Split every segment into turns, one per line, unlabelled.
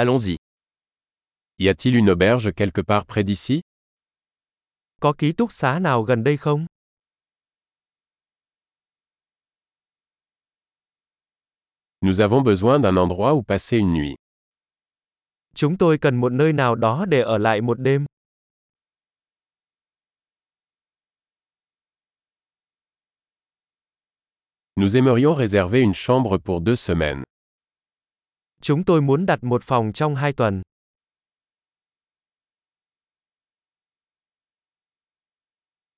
Allons-y. Y a-t-il une auberge quelque part près d'ici
Có ký túc xá nào gần đây không?
Nous avons besoin d'un endroit où passer une nuit.
Chúng tôi cần một nơi nào đó để ở lại một đêm.
Nous aimerions réserver une chambre pour deux semaines.
Chúng tôi muốn đặt một phòng trong hai tuần.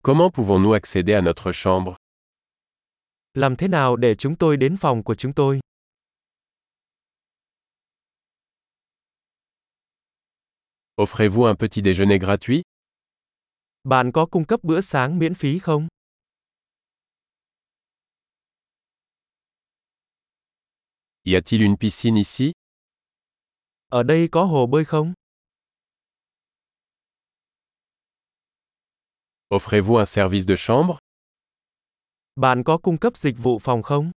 Comment pouvons-nous accéder à notre chambre
Làm thế nào để chúng tôi đến phòng của chúng tôi?
Offrez-vous un petit déjeuner gratuit
Bạn có cung cấp bữa sáng miễn phí không?
Y a-t-il une piscine ici
Ở đây có hồ bơi không?
Offrez-vous un service de chambre
Bạn có cung cấp dịch vụ phòng không?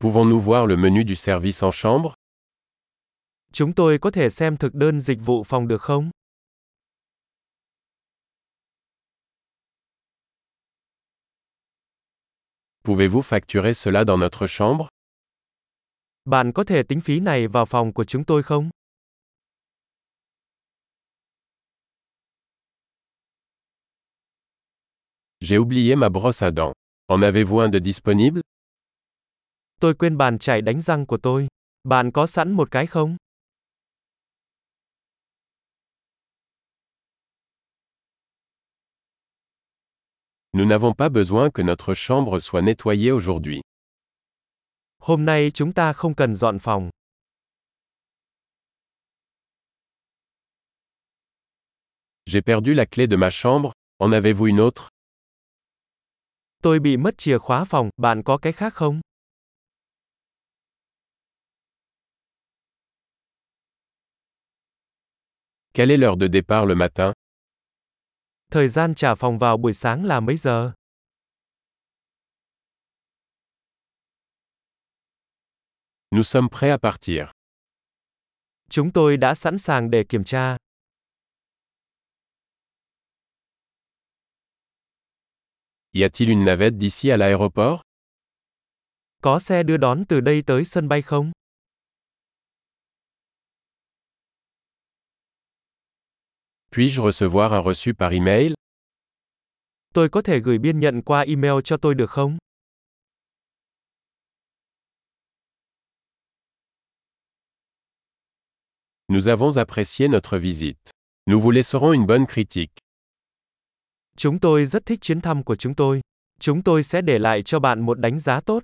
Pouvons-nous voir le menu du service en chambre
Chúng tôi có thể xem thực đơn dịch vụ phòng được không?
Pouvez-vous facturer cela dans notre chambre
Bạn có thể tính phí này vào phòng của chúng tôi không?
J'ai oublié ma brosse à dents. En avez-vous un de disponible
Tôi quên bàn chải đánh răng của tôi. Bạn có sẵn một cái không?
Nous n'avons pas besoin que notre chambre soit nettoyée aujourd'hui.
Hôm nay chúng ta không cần dọn phòng.
J'ai perdu la clé de ma chambre, en avez-vous une autre
Tôi bị mất chìa khóa phòng, bạn có cái khác không?
Quelle est l'heure de départ le matin
Thời gian trả phòng vào buổi sáng là mấy giờ?
Nous sommes prêts à partir.
Chúng tôi đã sẵn sàng để kiểm tra.
Y a-t-il une navette d'ici à l'aéroport
Có xe đưa đón từ đây tới sân bay không?
Puis-je recevoir un reçu par email
Tôi có thể gửi biên nhận qua email cho tôi được không?
Nous avons apprécié notre visite. Nous vous laisserons une bonne critique.
Chúng tôi rất thích chuyến thăm của chúng tôi. Chúng tôi sẽ để lại cho bạn một đánh giá tốt.